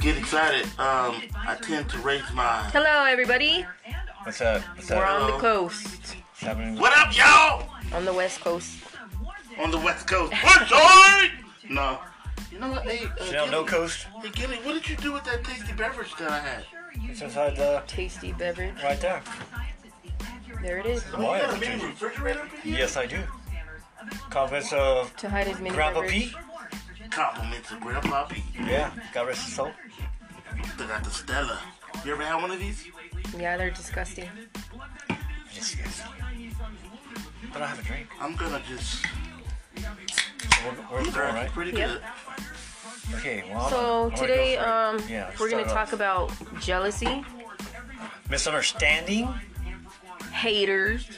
get excited, um, I tend to raise my. Hello, everybody. What's up? What's We're on up? the Hello. coast, What's happening? What up, y'all? on the west coast. On the West Coast. What's up? No. You know what? Hey, uh, Shell, no Gilly- coast. Hey, Gilly, what did you do with that tasty beverage that I had? It's inside the Tasty beverage. uh, right there. There it is. Oh, you Why? got a mini refrigerator up in here? Yes, I do. Confidence of To hide his mini Grandpa beverage. P. Compliments of Grandpa P. Yeah, got rest his soul. They got the Stella. You ever had one of these? Yeah, they're disgusting. Disgusting. But I have a drink. I'm gonna just. We're, we're These going, are right? pretty Yep. good. Okay, well. So I'm gonna today, go for it. um, oh Yeah, we're gonna start talk about jealousy, off. misunderstanding. haters,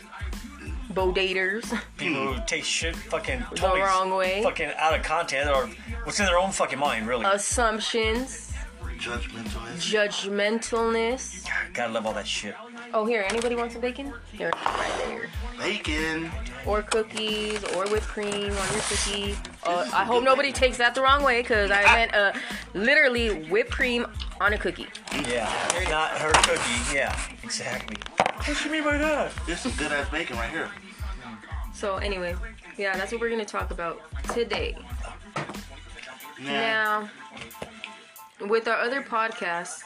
bodaters, People who take shit fucking totally Hmm. wrong way. Uh, fucking out of content or what's in their own fucking mind, really. assumptions, Judgmentalist. judgmentalness. Gotta love all that shit. Oh, here, anybody want some bacon? There, right there. Bacon. Or cookies, or whipped cream on your cookie. Uh, I hope nobody takes that the wrong way, cause I meant uh, literally whipped cream on a cookie. Yeah, not her cookie. Yeah, exactly. What you mean by that? This is good ass bacon right here. So anyway, yeah, that's what we're gonna talk about today. Now, Now, with our other podcast,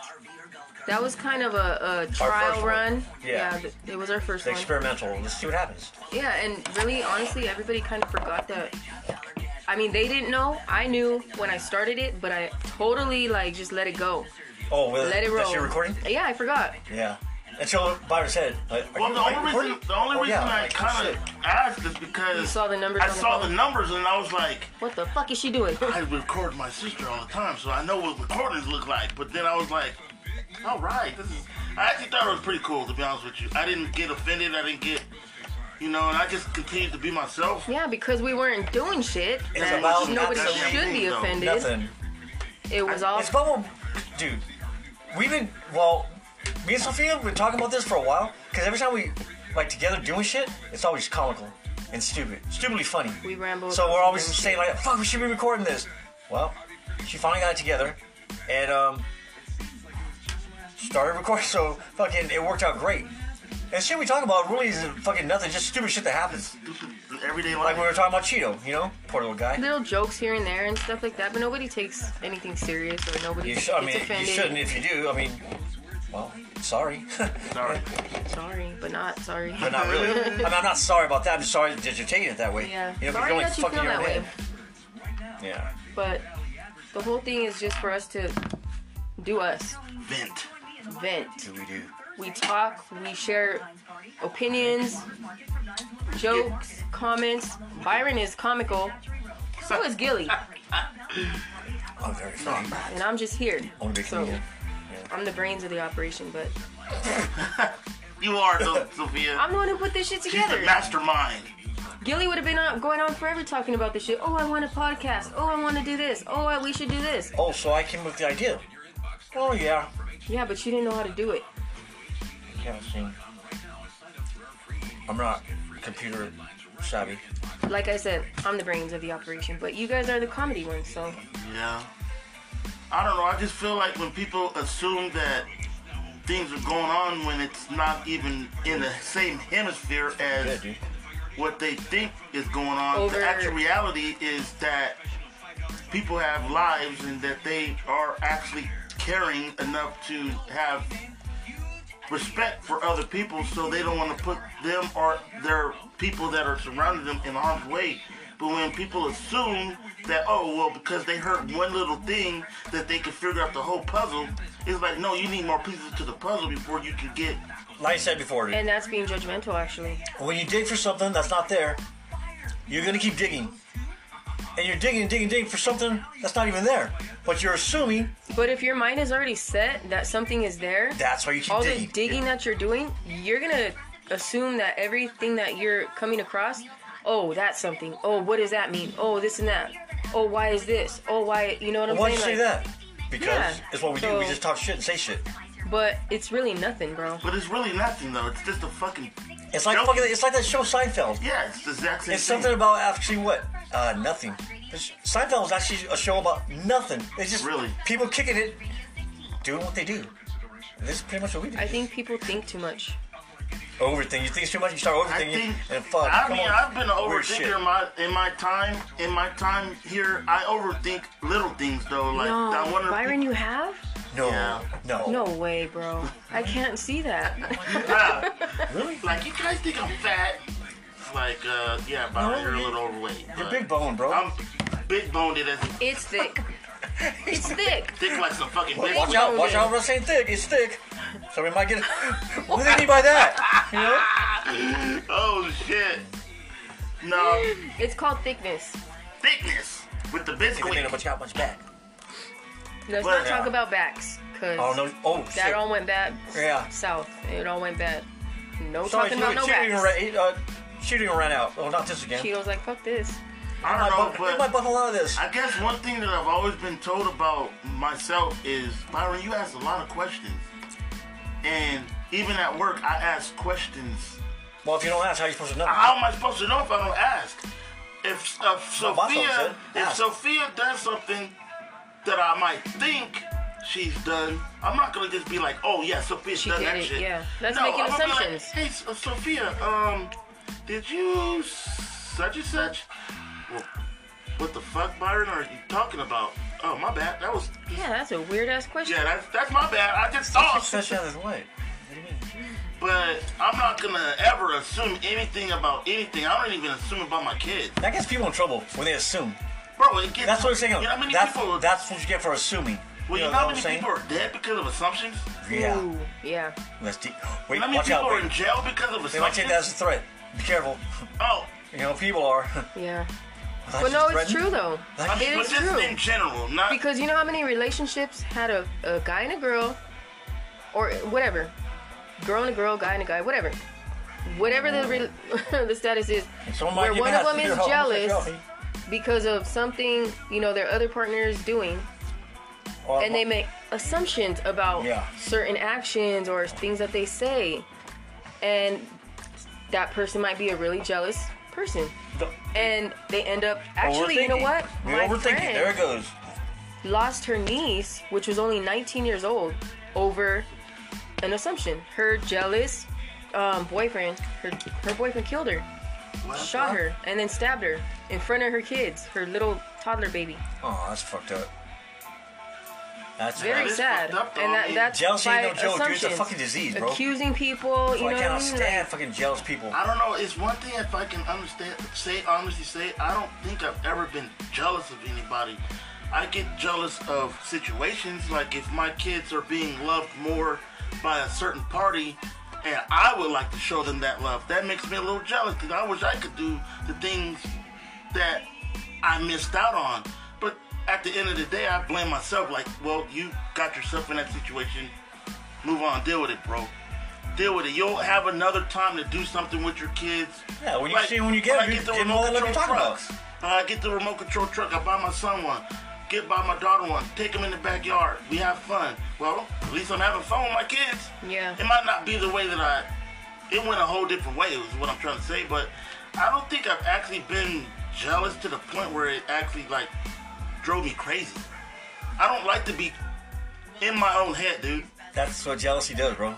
that was kind of a, a first trial one. run. Yeah. th- it was our first The one. experimental. Let's see what happens. Yeah, and really, honestly, everybody kind of forgot that. I mean, they didn't know. I knew when I started it, but I totally like just let it go. Oh, well, Let it roll. That's your recording? Yeah, I forgot. Yeah. And so Byron said, like, are well, you, the are you only recording? reason, the only Oh, reason yeah, I like, kind shit. of asked is because You saw the numbers I on the saw the phone? numbers and I was like, What the fuck is she doing? I record my sister all the time, so I know what recordings look like. But then I was like, all right, this is. I actually thought it was pretty cool, to be honest with you. I didn't get offended. I didn't get, you know, and I just continued to be myself. Yeah, because we weren't doing shit. It's that about nobody nothing. should be Nothing. offended. Nothing. It was all It's bubble, dude. We've been well, me and Sophia been talking about this for a while because every time we like together doing shit, it's always comical and stupid, stupidly funny. we rambled. So we're always saying like, "Fuck, we should be recording this." Well, she finally got it together, and um, started recording. So fucking, it worked out great. And shit we talk about really isn't fucking nothing, just stupid shit that happens. Everyday Like life. we were talking about Cheeto, you know, poor little guy. little jokes here and there and stuff like that, but nobody takes anything serious or nobody You gets sh- I mean, you offended. shouldn't if you do. I mean, well, sorry. Sorry. Sorry, but not sorry. But not really. I mean, I'm not sorry about that. I'm sorry that you're taking it that way. Yeah. You know, Sorry you're only that you fucking feel your that own way. head. Yeah. But the whole thing is just for us to do us, Vent. vent. Do we do? We talk, we share opinions, jokes, comments. Byron is comical. So is Gilly, I'm very funny. and I'm just here. Only because So of you. I'm the brains of the operation, but You are, though, Sophia. I'm the one who put this shit She's the together. mastermind. Gilly would have been on, going on forever talking about this shit. Oh, I want a podcast. Oh, I want to do this. Oh, I, we should do this. Oh, so I came up with the idea. Oh yeah. Yeah, but you didn't know how to do it. Yeah, I see. I'm not computer savvy. Like I said, I'm the brains of the operation, but you guys are the comedy ones, so Yeah. I don't know. I just feel like when people assume that things are going on when it's not even in the same hemisphere Yeah, as dude. what they think is going on. Over- The actual reality is that people have lives and that they are actually caring enough to have respect for other people so they don't want to put them or their people that are surrounding them in harm's way. But when people assume that, oh, well, because they heard one little thing that they can figure out the whole puzzle, it's like, no, you need more pieces to the puzzle before you can get. Like I said before, dude, and that's being judgmental actually. when you dig for something that's not there, you're gonna keep digging. And you're digging, digging, digging for something that's not even there. But you're assuming But if your mind is already set that something is there, that's why you keep all digging. the digging that you're doing, you're gonna assume that everything that you're coming across, oh, that's something. Oh, what does that mean? Oh, this and that. Oh, why is this? Oh, why? You know what I'm Why'd you saying? say Like, that? Because Yeah. it's what we do. So- We just talk shit and say shit. But it's really nothing, bro. But it's really nothing, though. It's just a fucking. It's like Nope. fucking. It's like that show Seinfeld. Yeah, it's the exact same It's thing. something about actually what? Uh, nothing. It's- Seinfeld is actually a show about nothing. It's just Really? people kicking it doing what they do. And this is pretty much what we do. I think people think too much. overthink. You think it's too much. You start I overthinking. think. and fuck. I come mean, on. I've been an Weird shit. overthinker in my in my time in my time here. I overthink little things though. Like no, I wonder. if Byron, people- you have? No, Yeah. no, No way, bro. I can't see that. Yeah. Really? like you guys think I'm fat. Like uh, yeah, Byron, No, you're a you- little overweight. You're but big bone, bro. I'm big boned as It's thick. It's thick. thick like some fucking bitch. watch out! Watch out! I'm not saying thick. It's thick. So we might get. what do they mean by that? You know? Oh shit. No It's called thickness. thickness with the Good thing biscuit. nobody got much back. Let's Well, not talk yeah. about backs, cause Oh no! Oh shit! that all went bad. Yeah. South. It all went bad. No Sorry, talking she- about no she backs. didn't even ra- uh, she didn't even ran out. Oh, not this again. Cheeto's like, fuck this. I My don't butt- know, my but butthole out of this. I guess one thing that I've always been told about myself is Byron, you ask a lot of questions. And even at work I ask questions. well, if you don't ask, how are you supposed to know? How am I supposed to know if I don't ask? If uh, My boss Sophia, said, if ask. Sophia does something that I might think she's done, I'm not gonna just be like, "Oh yeah, Sophia's She done did that it, shit." yeah. That's no, making I'm gonna be like, assumptions. hey, so- Sophia, um, did you such and such? Well, what the fuck, Byron? Are you talking about? Oh my bad. That was Yeah, that's a weird ass question. yeah. That's that's my bad. I just thought. Such as what? But I'm not gonna ever assume anything about anything. I don't even assume about my kids. That gets people in trouble when they assume. Bro, it gets. That's what I'm saying. You know how many that's, people? that's what you get for assuming. well, you know, what how I'm many saying? people are dead because of assumptions? Yeah. Ooh, yeah. Let's de- You wait. know how many Watch people out! are Wait. in jail because of They might take assumptions? that as a threat. Be careful. oh, You know, people are. Yeah. That's But no, just it's threatened. true though. I That's mean, It but is just true. in general, not. Because you know how many relationships had a, a guy and a girl, or whatever, girl and a girl, guy and a guy, whatever, whatever the re- the status is, Someone might where get one mad. of them You're is homosexual. jealous because of something you know their other partner is doing, Or- and they make assumptions about Yeah. certain actions or things that they say, and that person might be a really jealous person, and they end up actually, you know Overthinking. what, You're My overthinking. friend- There it goes. lost her niece, which was only 19 years old, over an assumption. Her jealous um, boyfriend, her, her boyfriend killed her, shot her, and then stabbed her in front of her kids, her little toddler baby. Oh, that's fucked up. That's Very That is sad. fucked up, though. and I that, mean, that's jealousy by ain't no joke, dude. It's a assumptions. fucking disease, bro. Accusing people, you I know cannot what I mean? Like, Ah. stand fucking jealous people. I don't know. It's one thing if I can understand, say honestly, say I don't think I've ever been jealous of anybody. I get jealous of situations like if my kids are being loved more by a certain party, and I would like to show them that love. That makes me a little jealous because I wish I could do the things that I missed out on. But at the end of the day, I blame myself. Like, well, you got yourself in that situation. Move on. Deal with it, bro. Deal with it. You'll have another time to do something with your kids. Yeah, when you see- when you get them, you get the give them remote all that control they're talking truck. Uh, get the remote control truck. I buy my son one. Get buy my daughter one. Take them in the backyard. We have fun. Well, at least I'm having fun with my kids. Yeah. It might not be the way that I. It went a whole different way. Is what I'm trying to say. But I don't think I've actually been jealous to the point where it actually like drove me crazy. I don't like to be in my own head, dude. That's what jealousy does, bro.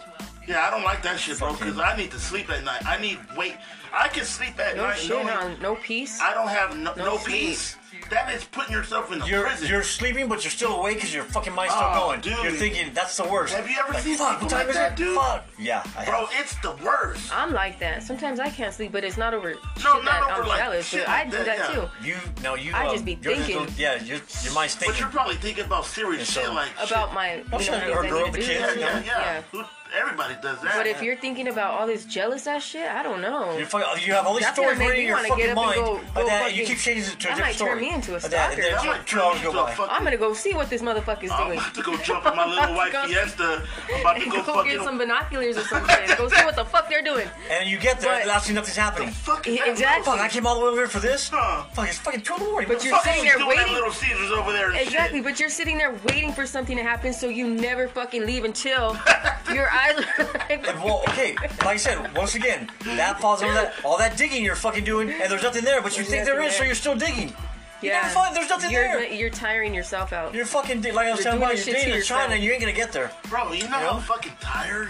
Yeah, I don't like that shit, bro. Because Fucking- I need to sleep at night. I need wait. I can sleep at no night. shit, knowing huh? No peace. I don't have no, no, No sleep. peace. That is putting yourself in a You're prison. you're sleeping, but you're still awake because your fucking mind's still Oh, going. dude. You're thinking that's the worst. Have you ever Like, seen fuck, people what time like is that, it? dude? Fuck. Yeah, I bro, have. it's the worst. I'm like that. Sometimes I can't sleep, but it's not over not shit that over, I'm like, jealous. shit but I like do that, that yeah. too. You now you. I um, just be you're thinking. yeah, your your mind's But thinking. you're probably thinking about serious Yeah, shit so- like About my, you know, Don't things shut her I need girl, to the do. kids, shit. yeah, yeah, yeah. yeah. Who- everybody does that. But if you're thinking about all this jealous ass shit, I don't know. You're fucking, you have all these That's stories gonna make running in me wanna your fucking get up and mind. go- of go that, and you fucking- keep changing it to a that different might story. turn me into a Of that, and then stalker. I'm like, two hours go by. I'm gonna go see what this motherfucker's Oh I'm doing. about to go jump in my little white Go- Fiesta. I'm about to And go, go fucking get some binoculars or something. go see what the fuck they're doing. And you get there, But- and actually nothing's happening. fucking Yeah, exactly. Fuck, I came all the way over here for this? Huh. Fuck, it's fucking 2 in the morning. But you're Fuck sitting you there doing that waiting- little Caesars over there. and shit. Exactly, but you're sitting there waiting for something to happen, so you never fucking leave until your eyes. are And, well, okay, like I said, once again, that falls under that. All that digging you're fucking doing, and there's nothing there, but you There's think there nothing is, so there. you're still digging. You're never fun. There's nothing you're, there. You're tiring yourself out. You're fucking di- like I was You're telling doing you, shit you're to dating in yourself. China and you ain't gonna get there. Bro, you know You know? how fucking tired.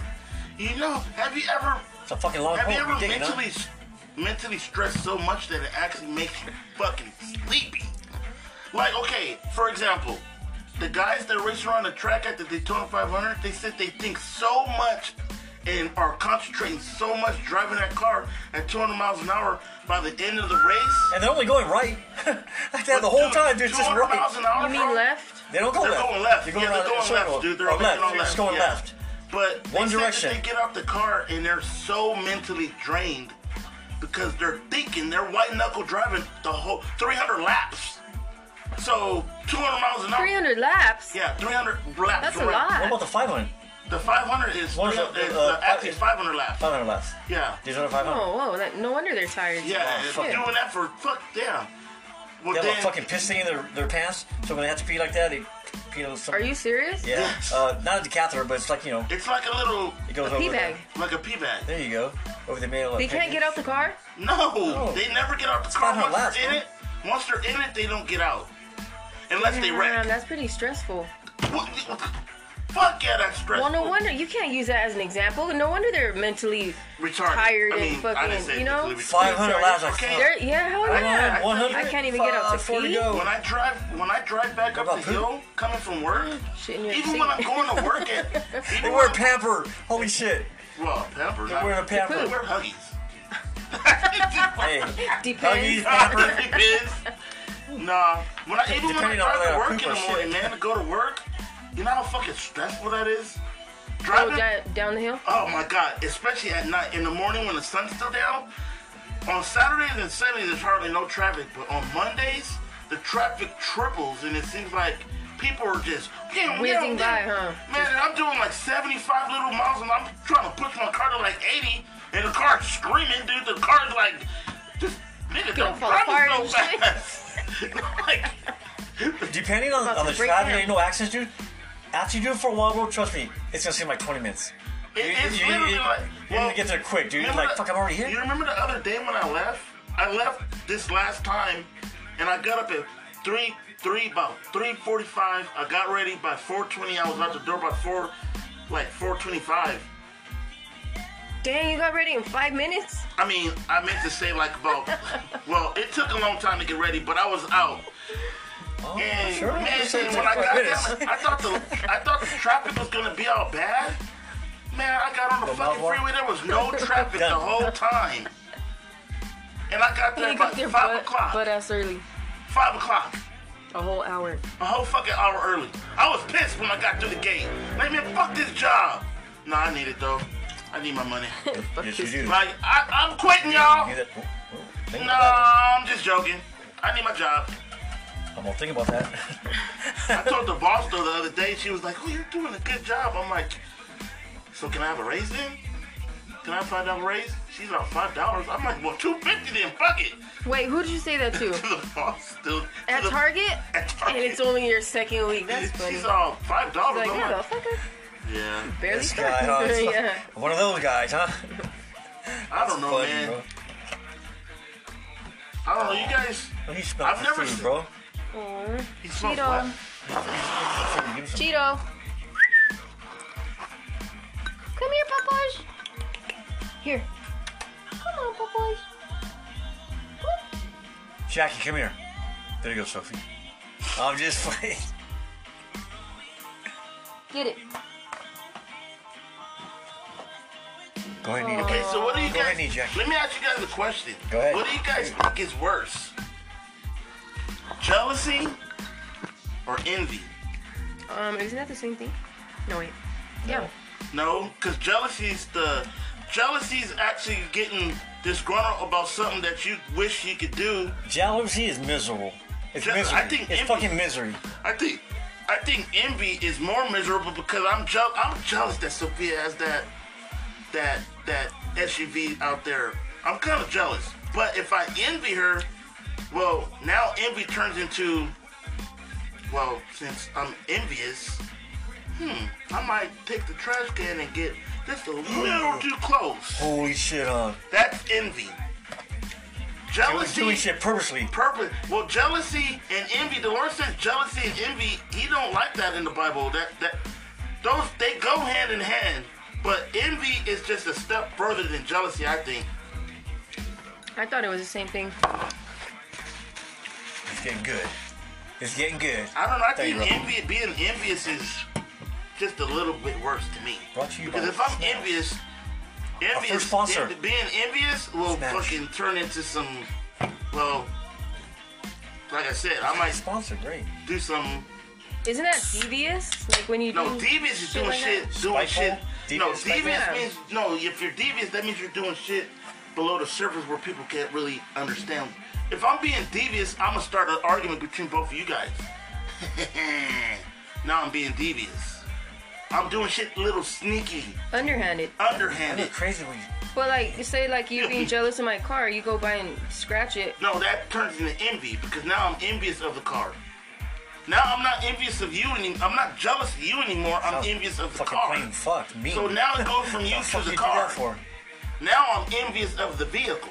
You know, have you ever It's a fucking long have you ever haul. You're dating, huh? mentally s mentally stressed so much that it actually makes you fucking sleepy? Like, okay, for example, the guys that race around the track at the Daytona 500, they said they think so much and are concentrating so much driving that car at 200 miles an hour by the end of the race. And they're only going right. like that the whole time, dude. It's just 200 miles right. an hour, You mean bro? left? They don't go They're left. going left. They're going yeah, they're around going in a left, circle. dude. They're Or all left. going They're left. just going yeah. left. But they One said that direction. They get off the car and they're so mentally drained because they're thinking they're white knuckle driving the whole 300 laps. So 200 miles an hour. 300 laps. Yeah, 300 laps. That's a around. lot. What about the 500? The 500 is, What is 300, it? is, Uh, uh, actually five- 500 laps. 500 left. Yeah. These are the 500. Oh, whoa! That, no wonder they're tired. Yeah, Oh, if fuck. you're doing that for fuck yeah. Well, They have a then- fucking piss thing in their, their pants, so when they have to pee like that, they pee on some. Are you serious? Yeah. Uh, not at the catheter, but it's like, you know, it's like a little, it goes A over. pee the- bag. like a pee bag. There you go. Over the middle. of They the can't pig. get out the car. No, they never get out the car. not Once allowed, they're in bro. it, once they're in it, they don't get out. Unless they Damn, wreck. that's pretty stressful. What- Fuck yeah, that's stressful. Well, no wonder you can't use that as an example. No wonder they're mentally Retarded. tired I mean, and I didn't fucking, say you know. mentally retarded. 500 laps. Like, Okay. fuck. They're, yeah, hell yeah. I- 100. I can't even get out to Fuck, four pee. go. When I drive, when I drive back up the What about poop? hill coming from work, Shit in your even seat. when I'm going to work at, even They when wear I'm- pamper. Holy shit. Well, pampers. They're wearing a I pamper. wear Huggies. Hey. Depends. Huggies, pamper. Really, Biz? Nah. When I, even when I Depending on drive whether to I work poop in or the morning, shit. man, to go to work, you know how fucking stressful that is? Oh, Driving. di- down the hill. Oh my god, especially at night in the morning when the sun's still down. On Saturdays and Sundays there's hardly no traffic, but on Mondays the traffic triples and it seems like people are just damn, Whizzing by, huh? Man, and I'm doing like 75 little miles and I'm trying to push my car to like 80 and the car's screaming, dude. The car's like just nigga, Gonna don't fall drive apart so and shit. fast. like Depending on, About on to the break traffic, down. ain't no access, dude. After you do it for a while, bro, trust me, it's gonna seem like 20 minutes. It, it's You- you- literally you- like. you need to get there quick, dude. You're remember like, the- fuck, I'm already here. You remember the other day when I left? I left this last time, and I got up at three, three about three forty-five. I got ready by four twenty. I was out the door by four, like four twenty-five. Dang, you got ready in five minutes? I mean, I meant to say like about. well, it took a long time to get ready, but I was out. Oh, And sure. man, It's gonna when take I five got minutes. down, I thought the I thought the traffic was gonna be all bad. Man, I got on the, The fucking mouth freeway. There was no traffic the Done. whole time. And I got there You about got your five butt, o'clock. butt ass early. Five o'clock. A whole hour. A whole fucking hour early. I was pissed when I got through the gate. Like, man, fuck this job. Nah, I need it though. I need my money. Fuck Yes, you this. do. Like, I, I'm quitting, y'all. You do that- oh, oh, think No, about I'm just joking. I need my job. that. I'm gonna think about that. I told the boss though the other day, she was like, "Oh, you're doing a good job." I'm like, "So can I have a raise then? Can I have a five dollar raise?" She's like, 5 dollars." I'm like, "Well, two fifty then, fuck it." Wait, who did you say that to? To the boss, dude. To At the, Target? At Target. And it's only your second week. That's funny. She's all five dollars. Like, I'm like, motherfucker. yeah. Barely this started. guy, huh? It's like yeah. One of those guys, huh? I don't know, Funny, man. bro. I don't know. You guys, When you smell I've for never food, seen- bro. Aw. you smoke Cheeto. what? Food, give him some- Cheeto. Come here, Popeyes. Here. Come on, Popeyes. Jackie, come here. There you go, Sophie. I'm just playing. Get it. Go ahead, and eat Okay, it. so what do you Go ahead, guys? knee jack. Let me ask you guys a question. Go ahead. What do you guys think is worse, jealousy or envy? Um, isn't that the same thing? No, wait. Yeah. No, because jealousy's the jealousy's actually getting disgruntled about something that you wish you could do. Uh, Jealousy is miserable. It's Jeal- I misery. think it's envy- fucking misery. I think I think envy is more miserable because I'm jealous. I'm jealous that Sophia has that that that SUV out there. I'm kind of jealous, but if I envy her, well, now envy turns into well, since I'm envious, hmm, I might take the trash can and get just a little too close. Holy shit, huh? That's envy. jealousy. doing shit purposely. Purpose. Well, jealousy and envy. The Lord says jealousy and envy. He don't like that in the Bible. That that those they go hand in hand. But envy is just a step further than jealousy. I think. I thought it was the same thing. It's getting good. It's getting good. I don't know. I There you think go. envy, being envious is just a little bit worse to me. Brought to you because by if I'm Snacks. envious, first envious, sponsor. en- being envious will Snacks. fucking turn into some. Well, like I said, I might Sponsor, great. do some. Isn't that devious? Like when you do. No, devious is shit doing like shit, that? doing Spiteful? shit. No, Devious, spiteful? devious Yeah. means no. If you're devious, that means you're doing shit below the surface where people can't really understand. If I'm being devious, I'm gonna start an argument between both of you guys. now I'm being devious. I'm doing shit little sneaky, underhanded. I underhanded. look crazy when you. But like, you say like you being jealous of my car, you go by and scratch it. No, that turns into envy because now I'm envious of the car. Now I'm not envious of you anymore. I'm not jealous of you anymore. I'm Sounds envious of the fucking car. plain fuck me. So now it goes from you What to fuck the you do car. that for? Now I'm envious of the vehicle.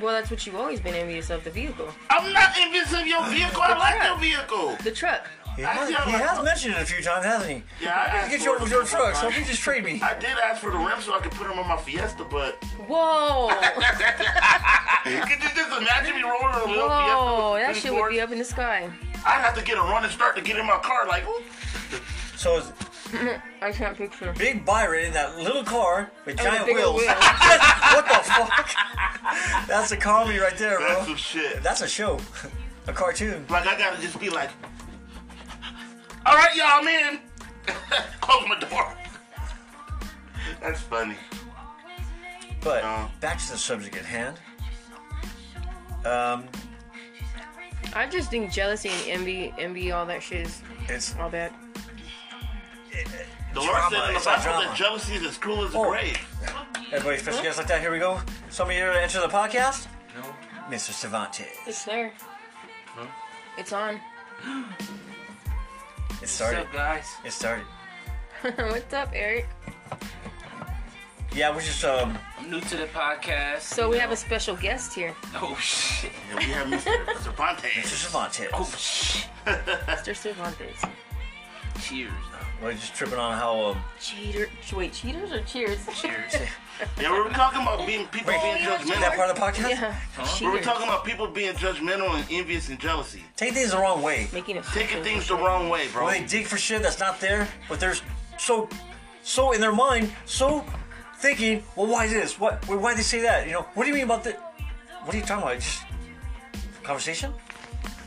Well, that's what you've always been envious of the vehicle, I'm not envious of your vehicle. I like your vehicle. the truck. He I has, feel he like- has mentioned it a few times, hasn't he? Yeah, I asked get for your, it. your truck, so if you just trade me. I did ask for the rims so I could put them on my Fiesta, but Whoa, could you just imagine me rolling a little whoa, Fiesta? that shit would be up in the sky. I'd have to get a running start to get in my car. Like, ooh. So it's I can't picture. Big Byron in that little car with And the giant big old wheels. wheel. what the fuck? That's a comedy right there, that's bro. some shit. That's a show, a cartoon. Like, I gotta just be like, all right, y'all, I'm in. Close my door. That's funny. But No. back to the subject at hand. Um, I just think jealousy and envy, envy, all that shit is it's all bad. The Lord said in Drama, the it's like Bible that drama. jealousy is as cruel as the Oh. grave. everybody's special guest like that. Here we go. Somebody here to enter the podcast. No, Mr. Cervantes. It's there. It's on. It started. What's up, guys? It started. What's up, Eric? Yeah, we're just um. I'm new to the podcast. So we have a special guest here, Oh shit! And we have Mr. Mr. Cervantes. Cervantes. Oh shit! Mr. Cervantes. Cheers. We're just tripping on how um. Cheater, wait, cheaters or cheers? Cheers. Yeah, we were talking about being people Wait, being is judgmental. that part of the podcast? Yeah, We were cheaters. talking about people being judgmental and envious and jealousy. Take things the wrong way. Making a Taking things the wrong way, bro. When they dig for shit that's not there, but they're so, so in their mind, so thinking, well, why this? What? Why why they say that? You know, what do you mean about that? What are you talking about? Just conversation?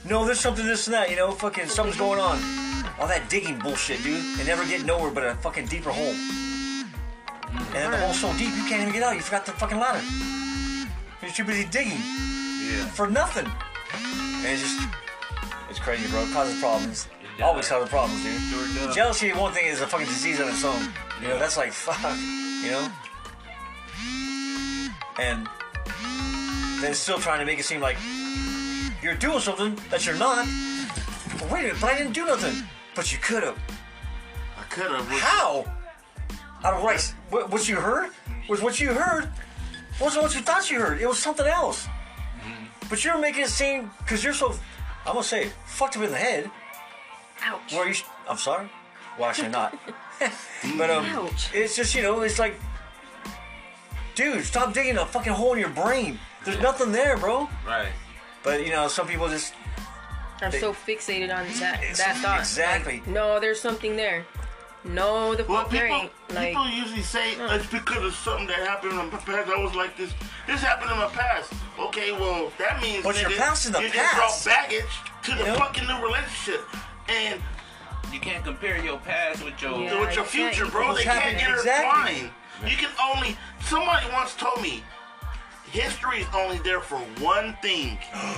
No, there's something this and that. You know, fucking something's going on. All that digging bullshit, dude. They never get nowhere but a fucking deeper hole. And then the hole's so deep you can't even get out. You forgot the fucking ladder. You're too busy digging Yeah. for nothing. And it's just, it's crazy, bro. It causes problems. It does. Always causes problems, dude. Sure does. Jealousy, one thing, is a fucking disease on its own. You know, that's like, fuck, you know? And then still trying to make it seem like you're doing something that you're not. But wait a minute, but I didn't do nothing. But you could have. I could have. How? Out of rice. What, what you heard was what you heard wasn't what you thought you heard. It was something else. Mm-hmm. But you're making it seem because you're so, I'm gonna say, fucked up in the head. Ouch. Where you? Sh- I'm sorry. Well, actually not. but um, Ouch. it's just you know, it's like, dude, stop digging a fucking hole in your brain. There's nothing there, bro. Right. But you know, some people just I'm so fixated on that It's- that thought. exactly. Like, no, there's something there. No, the Well, fuck there people, ain't. Like, people usually say it's because of something that happened in my past. I was like this. This happened in my past. Okay, well that means But your nigga, past is the you past. just brought baggage to the Yeah. fucking new relationship, and You can't compare your past with your. Yeah. with your you can't future, eat bro. what's They can't happening. intertwine. You can only. Somebody once told me history is only there for one thing.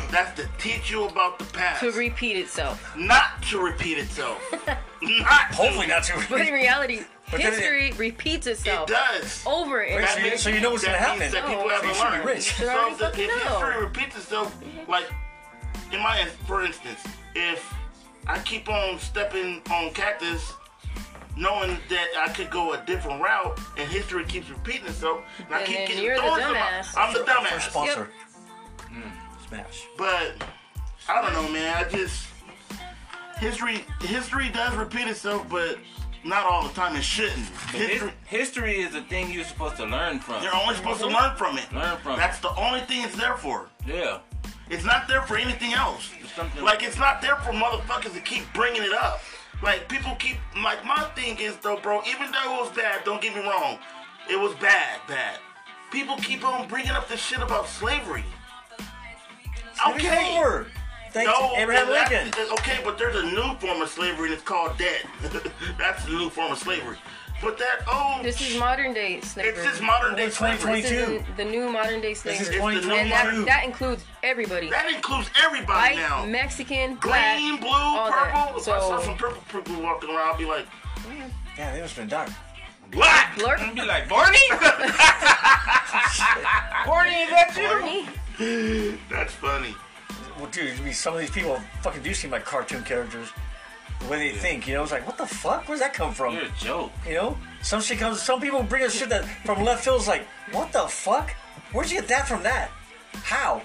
That's to teach you about the past, to repeat itself. not to repeat itself. not. to- hopefully not too. But in reality, But then it- history repeats It itself does. over and Wait, That So over. you- means- so you know what's that gonna means happen. That people No. haven't So you should be learned. rich. You should So already if the- if fucking know. history repeats itself, like in my for instance, if I keep on stepping on cactus, knowing that I could go a different route, and history keeps repeating itself, and I And keep then getting you're the thorns in my- dumbass. I'm the First dumbass. sponsor. Mm, smash. But I don't know, man. I just history history does repeat itself, but not all the time. It shouldn't. History, His- history is the thing you're supposed to learn from. you're only supposed to Mm-hmm. learn from it. Learn from it. That's the only thing it's there for. Yeah. It's not there for anything else. It's something- Like it's not there for motherfuckers to keep bringing it up. Like people keep like my thing is though, bro. Even though it was bad, don't get me wrong, it was bad, bad. People keep on bringing up this shit about slavery. Okay. Over. Thanks No, to Abraham that's- Lincoln. okay, but there's a new form of slavery and it's called debt. That's the new form of slavery. But that old This is modern day slavery. it's just modern day It's slavery. 2022. This is the new modern day This is slavery. the And 2022. that, that includes everybody. That includes everybody White, now. Mexican, black, Green, blue, all that. purple. If I saw So- some purple people walking around, I'll be like, Yeah, they must have been dark. black. I'm blur, gonna be like, Barney? Barney, is that you? horny. That's funny. Well, dude, I mean, some of these people fucking do seem like cartoon characters. The way they think, you know, it's like, what the fuck? Where's that come from? You're a joke. You know, some shit comes. Some people bring us shit that from left field. Is like, what the fuck? Where'd you get that from? That? How?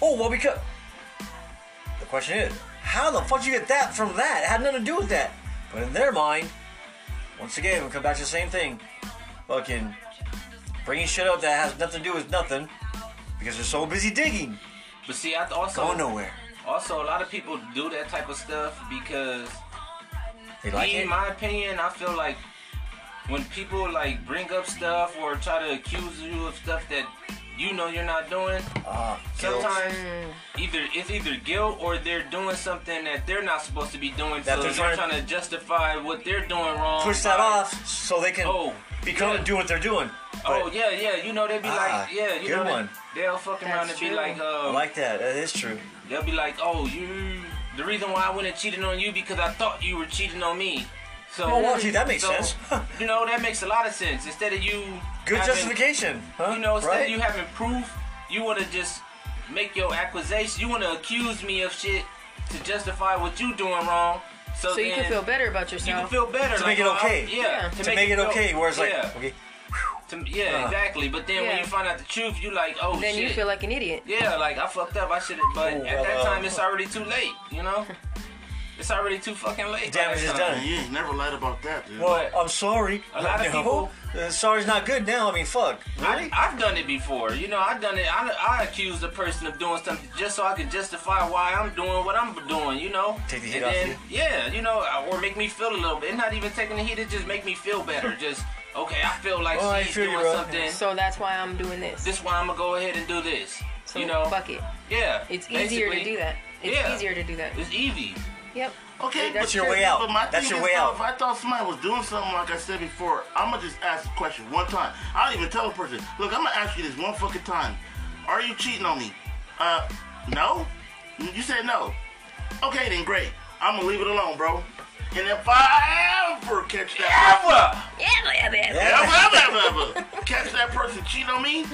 Oh well, because the question is, how the fuck did you get that from that? It had nothing to do with that. But in their mind, once again, we come back to the same thing. Fucking bringing shit up that has nothing to do with nothing because they're so busy digging, But see, I th- also going nowhere. also a lot of people do that type of stuff because, They like in it. my opinion, I feel like when people like bring up stuff or try to accuse you of stuff that you know you're not doing, Ah, guilt. sometimes either it's either guilt or they're doing something that they're not supposed to be doing. That so they're they're trying- trying, to justify what they're doing wrong. push that by- off so they can Oh, become yeah. do what they're doing. Oh But- yeah, yeah. You know they'd be Ah, like, yeah, you good know they- one. They'll fuck around That's and be true. like, I uh, like that. That is true. They'll be like, oh, you. The reason why I went and cheated on you because I thought you were cheating on me. So, Oh, well, gee, that makes so, sense. you know, that makes a lot of sense. Instead of you. Good having- justification, huh? You know, instead right? of you having proof, you want to just make your accusation. You want to accuse me of shit to justify what you doing wrong. So, So you then can feel better about You can yourself. feel better. To make like, it oh, I- okay. Yeah. Yeah. To, to make, it feel- okay, where it's like, yeah, okay, to- yeah, Uh-huh. exactly. But then when Yeah. you find out the truth, you like, oh then shit. you feel like an idiot. Yeah, like I fucked up. I should have, but Ooh, at that well, uh, time it's already too late. You know, it's already too fucking late. by Damage that is time. done. Man, you ain't never lied about that, dude. well, I'm sorry. A lot of No. people- Uh, sorry's not good now. I mean, fuck. Really? I, I've done it before. You know, I've done it. I, I accused a person of doing something just so I could justify why I'm doing what I'm doing. You know, Take the heat and off then you. yeah, you know, uh, or make me feel a little bit. Not even taking the heat, it just make me feel better. Just okay, I feel like Oh, I she's feel you, doing bro. something. So that's why I'm doing this. This why I'm gonna go ahead and do this. so you know, fuck it. yeah, It's easier to basically, do that. It's Yeah. easier to do that. It's easy. Yep. okay, That's but your way out. But my That's thing your is, way though, out. If I thought somebody was doing something, like I said before, I'm gonna just ask a question one time. I don't even tell a person. Look, I'm gonna ask you this one fucking time. Are you cheating on me? Uh, no. You said no. Okay, then great. I'm gonna leave it alone, bro. And if I ever catch that, Ever. ever, ever, ever, ever catch that person cheating on me,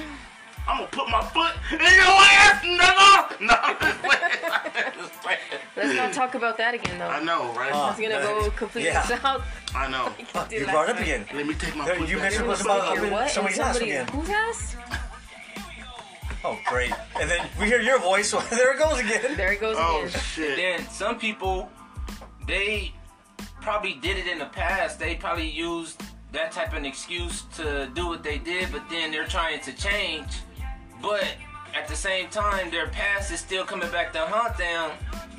I'm gonna put my foot in your ass, nigga. No, I'm just playing. I'm just playing. Let's not talk about that again though. I know, right? Uh, it's gonna go completely Yeah. south. I know. Fuck, Did you last brought it up time. again. Let me take my There, foot you back. mentioned You're what's gonna about put up your in what in somebody's ass somebody's- again. Whose ass? Oh, great. And then we hear your voice, so there it goes again. There it goes Oh again. shit! then some people they probably did it in the past they probably used that type of an excuse to do what they did but then they're trying to change but at the same time their past is still coming back to haunt them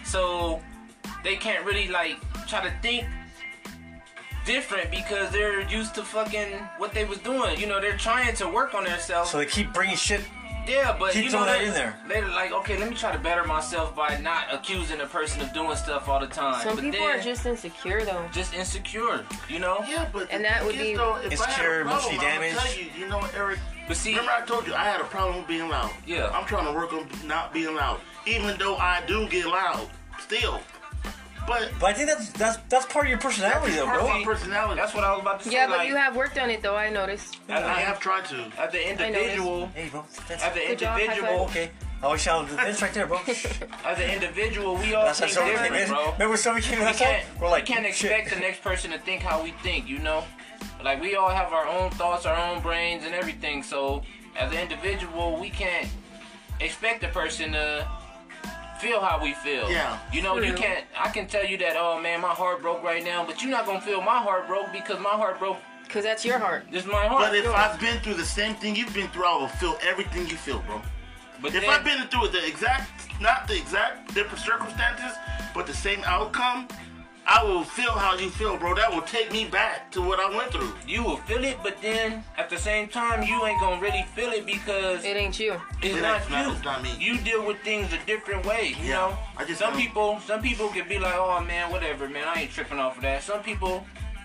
so they can't really like try to think different because they're used to fucking what they was doing you know they're trying to work on themselves So they keep bringing shit. yeah, but Keep you throwing know that they- in there. They're like, okay, let me try to better myself by not accusing a person of doing stuff all the time. Some but people then, are just insecure though. just insecure, you know. Yeah, but And that would be- though, if I had Insecure, a problem, emotionally I'ma damaged. Tell you, you know, what, Eric. But see, Remember, I told you I had a problem with being loud. Yeah. I'm trying to work on not being loud, even though I do get loud still. But But I think that's that's that's part of your personality, though, part of bro. my personality. that's what I was about to say. Yeah, but like, you have worked on it though. I noticed. as, I a, have tried to. as an I noticed. individual, Hey, bro. That's, as an Good job, high individual, okay. I wish I was that's right there, bro. as an individual, we all That's how think somebody came different, in. bro. Remember when somebody came in We last time? can't, We're like, we can't shit. expect the next person to think how we think, you know? Like, we all have our own thoughts, our own brains, and everything. So, as an individual, we can't expect the person to feel how we feel. Yeah. You know, you True. can't. I can tell you that. Oh man, my heart broke right now, but you're not gonna feel my heart broke because my heart broke. Because that's your heart. This is my heart. But if I've been through the same thing you've been through, I will feel everything you feel, bro. But If then- I've been through the exact, not the exact different circumstances, but the same outcome, I will feel how you feel, bro. That will take me back to what I went through. you will feel it, but then at the same time, you ain't gonna really feel it because It ain't you. it's It not ain't- you. no, it's not me. You deal with things a different way. You Yeah, know, I just some don't- people, some people can be like, oh man, whatever, man, I ain't tripping off of that. Some people.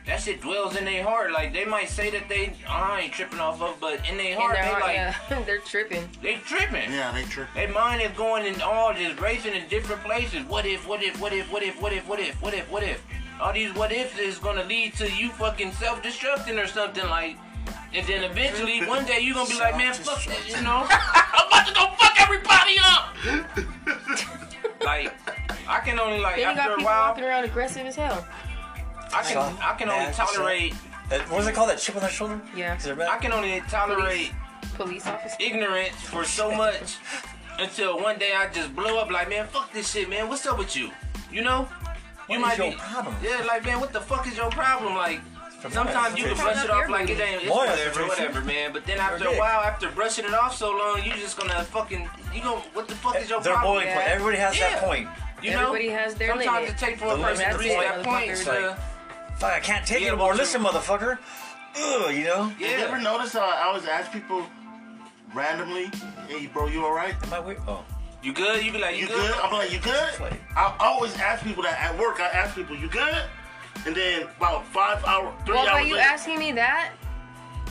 That shit dwells in their heart. Like they might say that they, "Oh, I ain't tripping off of, but in their In heart, their they heart, like yeah. They're tripping. they tripping. Yeah, they true. Their mind is going in all just racing in different places. What if, what if, what if, what if, what if, what if, what if, what if? All these what ifs is gonna lead to you fucking self destructing or something like and then eventually one day you gonna be like, man, fuck this, you know? I'm about to go fuck everybody up Like I can only like Then you got after a people while walking around aggressive as hell. I can I can only Mad, so- tolerate That, what was it called? That chip on their shoulder? Yeah. Is it I red? can only tolerate Police officer. ignorance for so much until one day I just blow up like, man, fuck this shit, man. What's up with you? You know? You What is your problem? Yeah, like, man, what the fuck is your problem? Like, From sometimes you can my brush it off like it ain't, it's My whatever, situation. whatever, man. But then after Your a dick. while, after brushing it off so long, you just gonna fucking, you gonna, what the fuck is your Their problem? boiling yeah. point. Everybody has that Yeah. point. You know? Everybody has their Sometimes limit. it takes for a The person to limit reach that is point. motherfuckers. to- Fuck, I can't take Yeah, it anymore. but Listen, motherfucker. Ugh, you know? You ever Yeah. notice how I always ask people randomly, "Hey, bro, you all right? Am I weird? Oh. You good? You be like, You good?" I'm like, "You good?" Like- I always ask people that at work. I ask people, "You good?" And then about five hour, three Well, by hours you later, asking me that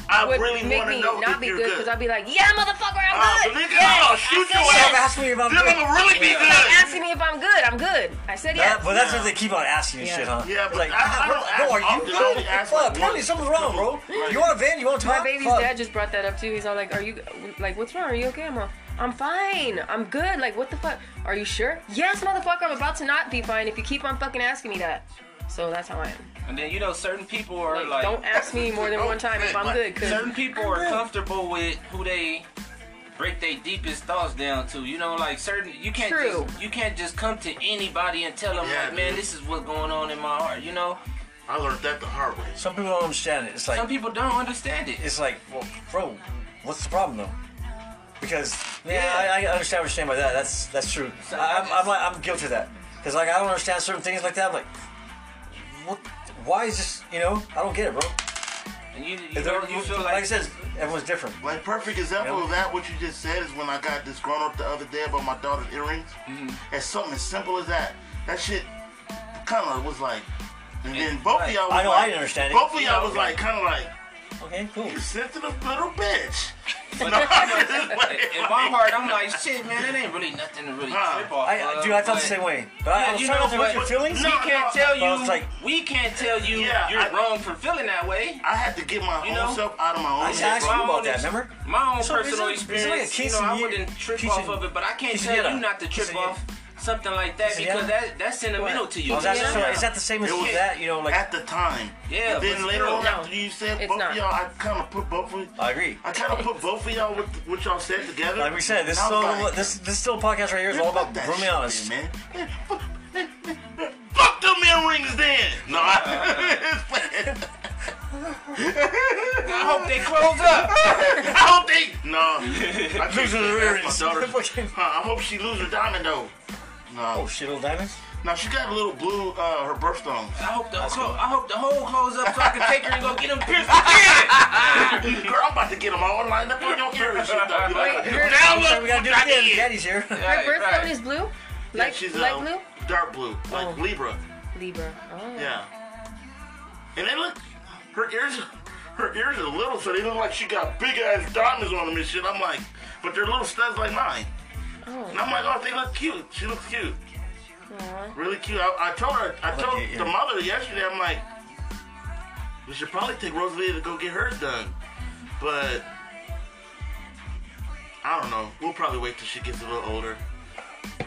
I would really make want to me know not if be you're good good. because I'd be like, yeah, motherfucker, I'm Ah, good. nigga, Yes, I'll shoot I your said ass. Stop yes. asking me about Then that. I'ma really be Stop good. asking me if I'm good. I'm good. I said Yeah, yes. but that's what they keep on asking you Yeah. shit, huh? Yeah, but like, I- I don't "Ah, ask no, are you often. I only good? ask, Fuck, like, apparently once. something wrong, bro. Right. You want a van? You want to talk? My baby's Fuck. dad just brought that up too. He's all like, "Are you like, what's wrong? Are you okay?" I'm all, "I'm fine. I'm good. Like, what the fuck? Are you sure?" Yes, motherfucker. I'm about to not be fine if you keep on fucking asking me that. So that's how I am. And then, you know, certain people are Like, like don't ask me more than one time if I'm good. Cause certain people are comfortable with who they break their deepest thoughts down to. You know, like certain you can't True. just you can't just come to anybody and tell them Yeah, like, man, dude. this is what's going on in my heart. You know, I learned that the hard way. Some people don't understand it. It's like, some people don't understand it. it's like, well, bro, what's the problem though? Because Yeah. yeah, I, I understand what you're saying by that. That's that's true. So- I, I'm, I'm like I'm guilty of that because like I don't understand certain things like that. I'm like, what? Why is this? You know, I don't get it, bro. And you you, If there- don't- you feel like I like said, everyone's different. Like perfect example Yeah. of that, what you just said is when I got this grown up the other day about my daughter's earrings. Mm-hmm. And something as simple as that, that shit kind of was like. And then both of y'all was I know, I like, didn't understand it. Both of y'all was Yeah. like, kind of like, Okay, cool. you sensitive little bitch. but in If my heart I'm like shit, man. It ain't really nothing to really Huh. trip off. I, of, dude, I felt the but same way. But I Yeah, was you trying know not to hurt what? your feelings. No, We can't no, tell but I was you. like- we can't tell you. Yeah, you're I- wrong for feeling that way. I had to get my You own know? self out of my I own just head. asked bro. you my about own that. ex- Remember? My own So is it- personal is it like a experience, you know, I quinceañera- wouldn't trip quince- off of it, but I can't tell you quinceañera. not to trip Quinceañera. off something like that because Quinceañera. that that's sentimental What? to you. I was asking, Yeah. so is that the same as It was that? You know, like at the time. Yeah, But then but later still, on, no. after you said It's both not. of y'all, I kind of put both of. I agree. I kind of put both of y'all with what y'all said together. Like we said, this And I was is all like, this this still podcast right here is all about that brewing shit, honest. man. Man, fuck- man, man, Fuck them earrings then. No, I, I hope they close up. I hope they. No, I can't Losing say her that. That's earrings. my daughter. Fucking- Huh, I hope she loses her diamond though. Oh No, shit, little diamonds. now she got a little blue uh, her birthstones. I hope the clo- I hope the hole close up so I can take her and go get them pierced again. Girl, I'm about to get them all lined up on your ear and shit though. Wait, her- now So look, we gotta do what I it again. did. Daddy's here. her Right, birth right. birthstone is blue, Yeah, like she's light uh, blue, dark blue, like Oh. Libra. Libra. Oh. Yeah. And they look, her ears, her ears are little, so they look like she got big ass diamonds on them and shit. I'm like, but they're little studs like mine. Oh. And I'm like, oh, they look cute. She looks cute, aw. really cute. I, I told her, I Look told at you. the mother yesterday. I'm like, we should probably take Rosalie to go get hers done, but I don't know. We'll probably wait till she gets a little older.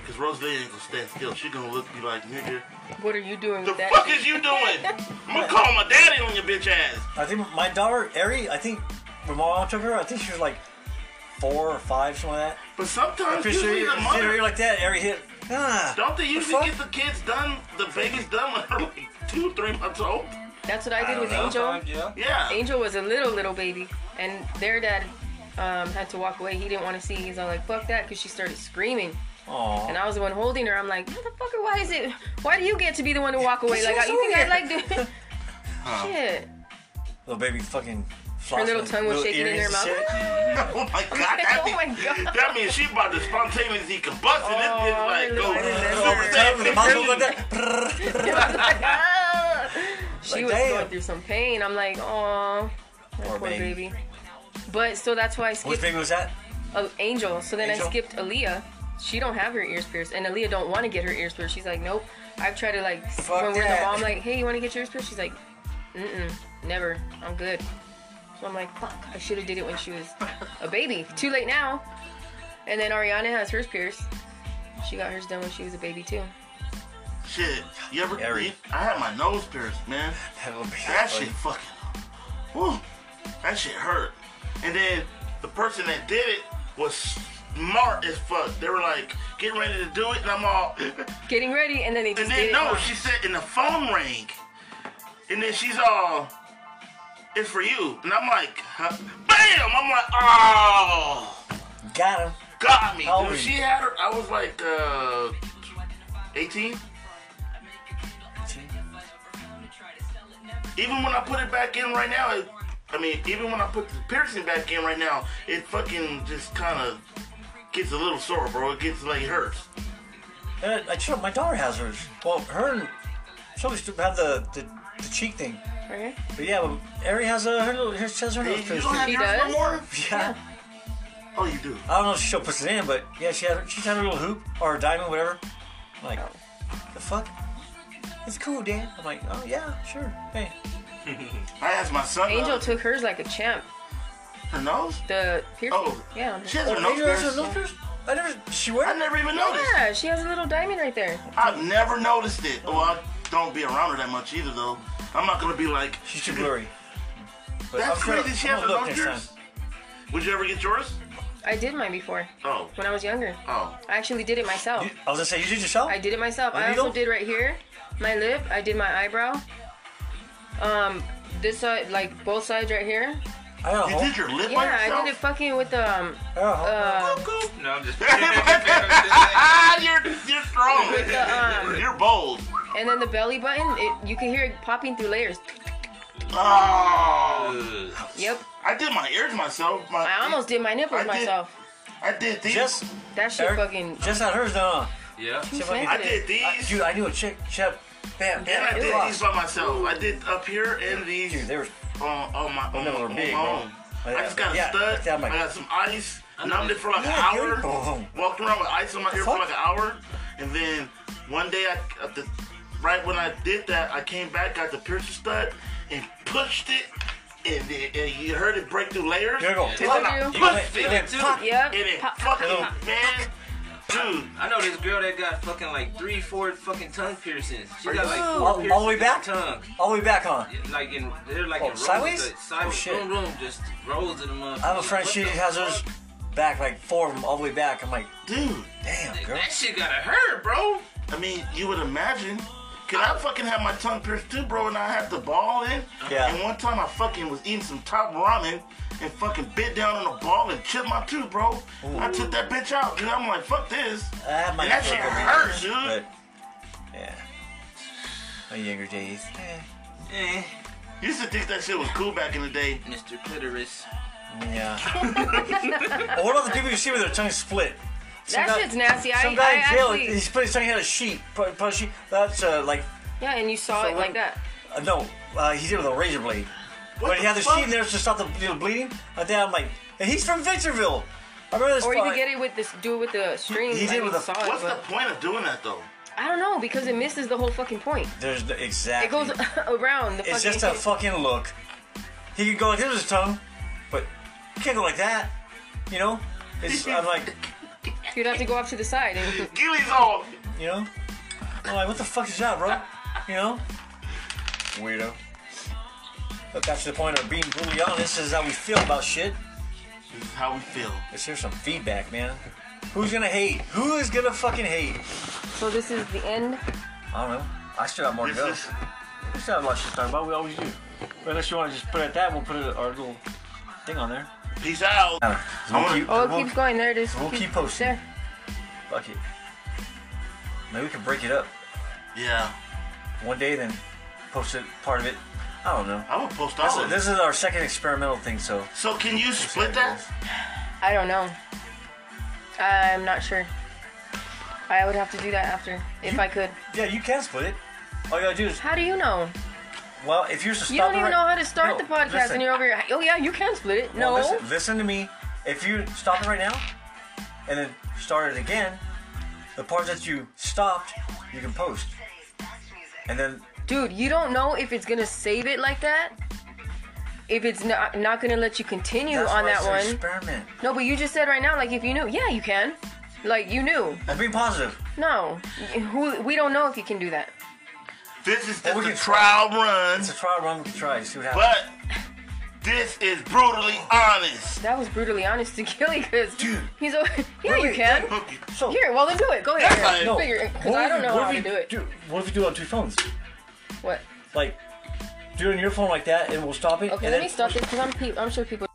Cause Rosalie ain't gonna stand still. She gonna look be like, nigga, What are you doing the with that? fuck is you doing? I'm gonna call my daddy on your bitch ass. I think my daughter Eri. I think when my mom took her, I think she was like four or five, something like that. But sometimes If you're usually serious, the mother serious like that, every hit. Ah, don't they usually fuck? get the kids done, the babies done when they're like two, three months old? That's what I did I with don't know. Angel. Sometimes, Yeah. Yeah. Angel was a little little baby, and their dad um, had to walk away. He didn't want to see. He's all like, "Fuck that," because she started screaming, Aw. and I was the one holding her. I'm like, "Motherfucker, why is it? Why do you get to be the one to walk away? Like, She's you think over I like doing?" Um, Shit, Little baby fucking her flossing, little tongue was little shaking in her earrings mouth. and shit. Oh my god. That Oh means, my God. That means she about to spontaneously combust and Oh, I it, it's like go. didn't know that. All the time, the mouth goes like that. she Like, was damn. going through some pain. I'm like, "Aw, my Poor poor, baby. baby. But so that's why I Which skipped baby was that? uh, Angel. So then Angel? I skipped Aaliyah. She don't have her ears pierced, and Aaliyah don't want to get her ears pierced. She's like, nope. I've tried to like s- Fuck when we're in the that. mall, I'm like, hey, you want to get your ears pierced? She's like, mm-mm, never. I'm good. So I'm like, fuck. I should have did it when she was a baby. Too late now. And then Ariana has hers pierced. She got hers done when she was a baby too. Shit. You ever? Every- you- I had my nose pierced, man. That little baby. That shit fucking. Whew, that shit hurt. And then the person that did it was smart as fuck. They were like getting ready to do it, and I'm all. Getting ready, and then they just And did then it. no, she said, and the phone rang. And then she's all, "It's for you." And I'm like, huh? "Bam!" I'm like, "Oh." Got him. got me. How old were Dude, you? she had her. I was like, uh, 18. Even when I put it back in right now, it, I mean, even when I put the piercing back in right now, it fucking just kind of gets a little sore, bro. It gets like it hurts. Uh, I sure my daughter has hers. Well, her and somebody still have the, the the cheek thing. Okay. But yeah, but Ari has a her little her says her nose Hey, you don't piercing. have She yours no does? more? Yeah. Oh, you do. I don't know if she still puts it in, but yeah, she had her, she's had her little hoop or a diamond, whatever. I'm like, the fuck? It's cool, Dad. I'm like, oh yeah, sure. Hey, I asked my son. Angel uh, took hers like a champ. her nose. The piercing. Oh, Yeah. on her- She has oh, her nose Angel has her piercing. nose piercing? I never. She wear I it? never even noticed. Yeah, she has a little diamond right there. I've never noticed it. Well, I don't be around her that much either, though. I'm not gonna be like. She's too blurry. But That's I'm sure- crazy. She I'm has a gonna look nose next time. piercing. Would you ever get yours? I did mine before Oh, when I was younger. oh. I actually did it myself. You- I was gonna say you did yourself. I did it myself. There I you go. also did right here, my lip. I did my eyebrow. Um, this side, like both sides right here. I got a You hole. did your lip by Yeah, yourself? I did it fucking with um, I got a hole. uh, No, I'm just. you're, you're strong. With the, um, you're bold. and then the belly button. It, you can hear it popping through layers. Oh, Yep. I did my ears myself. My, I almost did my nipples I did- myself. I did these. just That shit Eric, fucking. just not hers, no. no. yeah. Too fucking- I did sensitive. these. I, dude, I knew a chick. She had bam, and I bam, did cross. these by myself. I did up here and these Dude, they were on, on my on, them were on big, my bro. own. Like I that. just got a Yeah, like that, stud. Mike. I got some ice. Numbed it for like Yeah, an here hour. we go. Walked around with ice on my ear for fuck? like an hour. And then one day, I, at the, right when I did that, I came back, got the piercing stud, and pushed it. And, it- and you heard it break through layers. Here we go. And then I Did pushed you? You it. went- And went it too. pop- Yep. and it Pop- Hello. fucking, man. Dude, I know this girl that got fucking like three, four fucking tongue piercings. She got like Ooh. All- four all the piercings way in her back? tongue. all the way back on. Like in, they're like Oh, in rows. sideways? Like, sideways. Oh, shit. Room, room, just rows of them. motherfuckers. I have a friend. What She the has hers fuck? back, like four of them, all the way back. I'm like, dude. damn, girl. That shit gotta hurt, bro. I mean, you would imagine. Cause I fucking have my tongue pierced too, bro, and I have the ball in. Yeah. And one time I fucking was eating some top ramen and fucking bit down on the ball and chipped my tooth, bro. I took that bitch out, dude. I'm like, fuck this. That And might that work shit over here, hurts, dude. But yeah, my younger days. eh, Eh, You used to think that shit was cool back in the day. Mr. Clitoris. Yeah. But what about the people you see with their tongue split? Some That guy- shit's nasty. I, Some I guy in jail, actually. he split his tongue. He had a sheep. pu- pu- sheep. That's uh, like Yeah, and you saw it Someone- like that. uh, no. Uh, he did it with a razor blade. What but he had the fuck? sheet in there to stop the you know, bleeding. But then I'm like, and he's from Victorville. I remember this. Or you part. could get it with this. Do it with the string. He like, did with you the- saw it, What's the but- point of doing that though? I don't know because it misses the whole fucking point. There's the, exactly. It goes around the fucking. It's just a fucking look. He could go like this with his tongue, but you can't go like that. You know? It's I'm like, You'd have to go up to the side and Gilly's all. you know? I'm like, what the fuck is that, bro? You know? Weirdo. But that's the point of being brutally honest is how we feel about shit. This is how we feel. Let's hear some feedback, man. Who's gonna hate? Who is gonna fucking hate? So this is the end. I don't know. I still got more to This go. is We still have a lot of shit to talk about. We always do. But unless you want to just put it at that, we'll put it, our little thing on there. peace out. I don't know. wanna- We'll keep- Oh, it we'll- keeps going. There it is. we'll keep posting. There. Fuck it. Maybe we can break it up Yeah, one day, then post it part of it. I don't know. I would post This all is, of this. this is our second experimental thing, so So can you split that? I don't know. I'm not sure. I would have to do that after if I could. yeah, you can split it. All you gotta do is How do you know? well, if you're to stop You don't it even right- know how to start No, the podcast, listen. and you're over here. Oh yeah, you can split it. No. Well, listen, listen to me. If you stop it right now and then start it again, the part that you stopped, you can post. And then Dude, you don't know if it's gonna save it like that. If it's not not gonna let you continue that's on why that it's an one. experiment. no, but you just said right now, like if you knew, yeah, you can. Like you knew. I'm being positive. No, who we don't know if you can do that. This is just Well, we a can trial run, It's a trial run. We can try. See what happens. but this is brutally honest. That was brutally honest to Gilly, cause Dude. he's over. Yeah, Wait, you wait, can. so Here, well then do it. Go ahead. That's fine. Here, figure it, Cause I don't know how to do it. what if you do it on two phones? What? Like, do it on your phone like that, and we'll stop it. Okay, and let then me stop this because I'm, pe- I'm sure people.